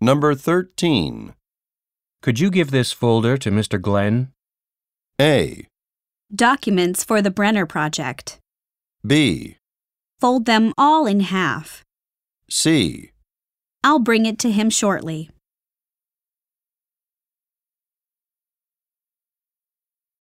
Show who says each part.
Speaker 1: Number 13.
Speaker 2: Could you give this folder to Mr. Glenn?
Speaker 1: A,
Speaker 3: Documents for the Brenner Project.
Speaker 1: B,
Speaker 3: Fold them all in half.
Speaker 1: C.
Speaker 3: I'll bring it to him shortly.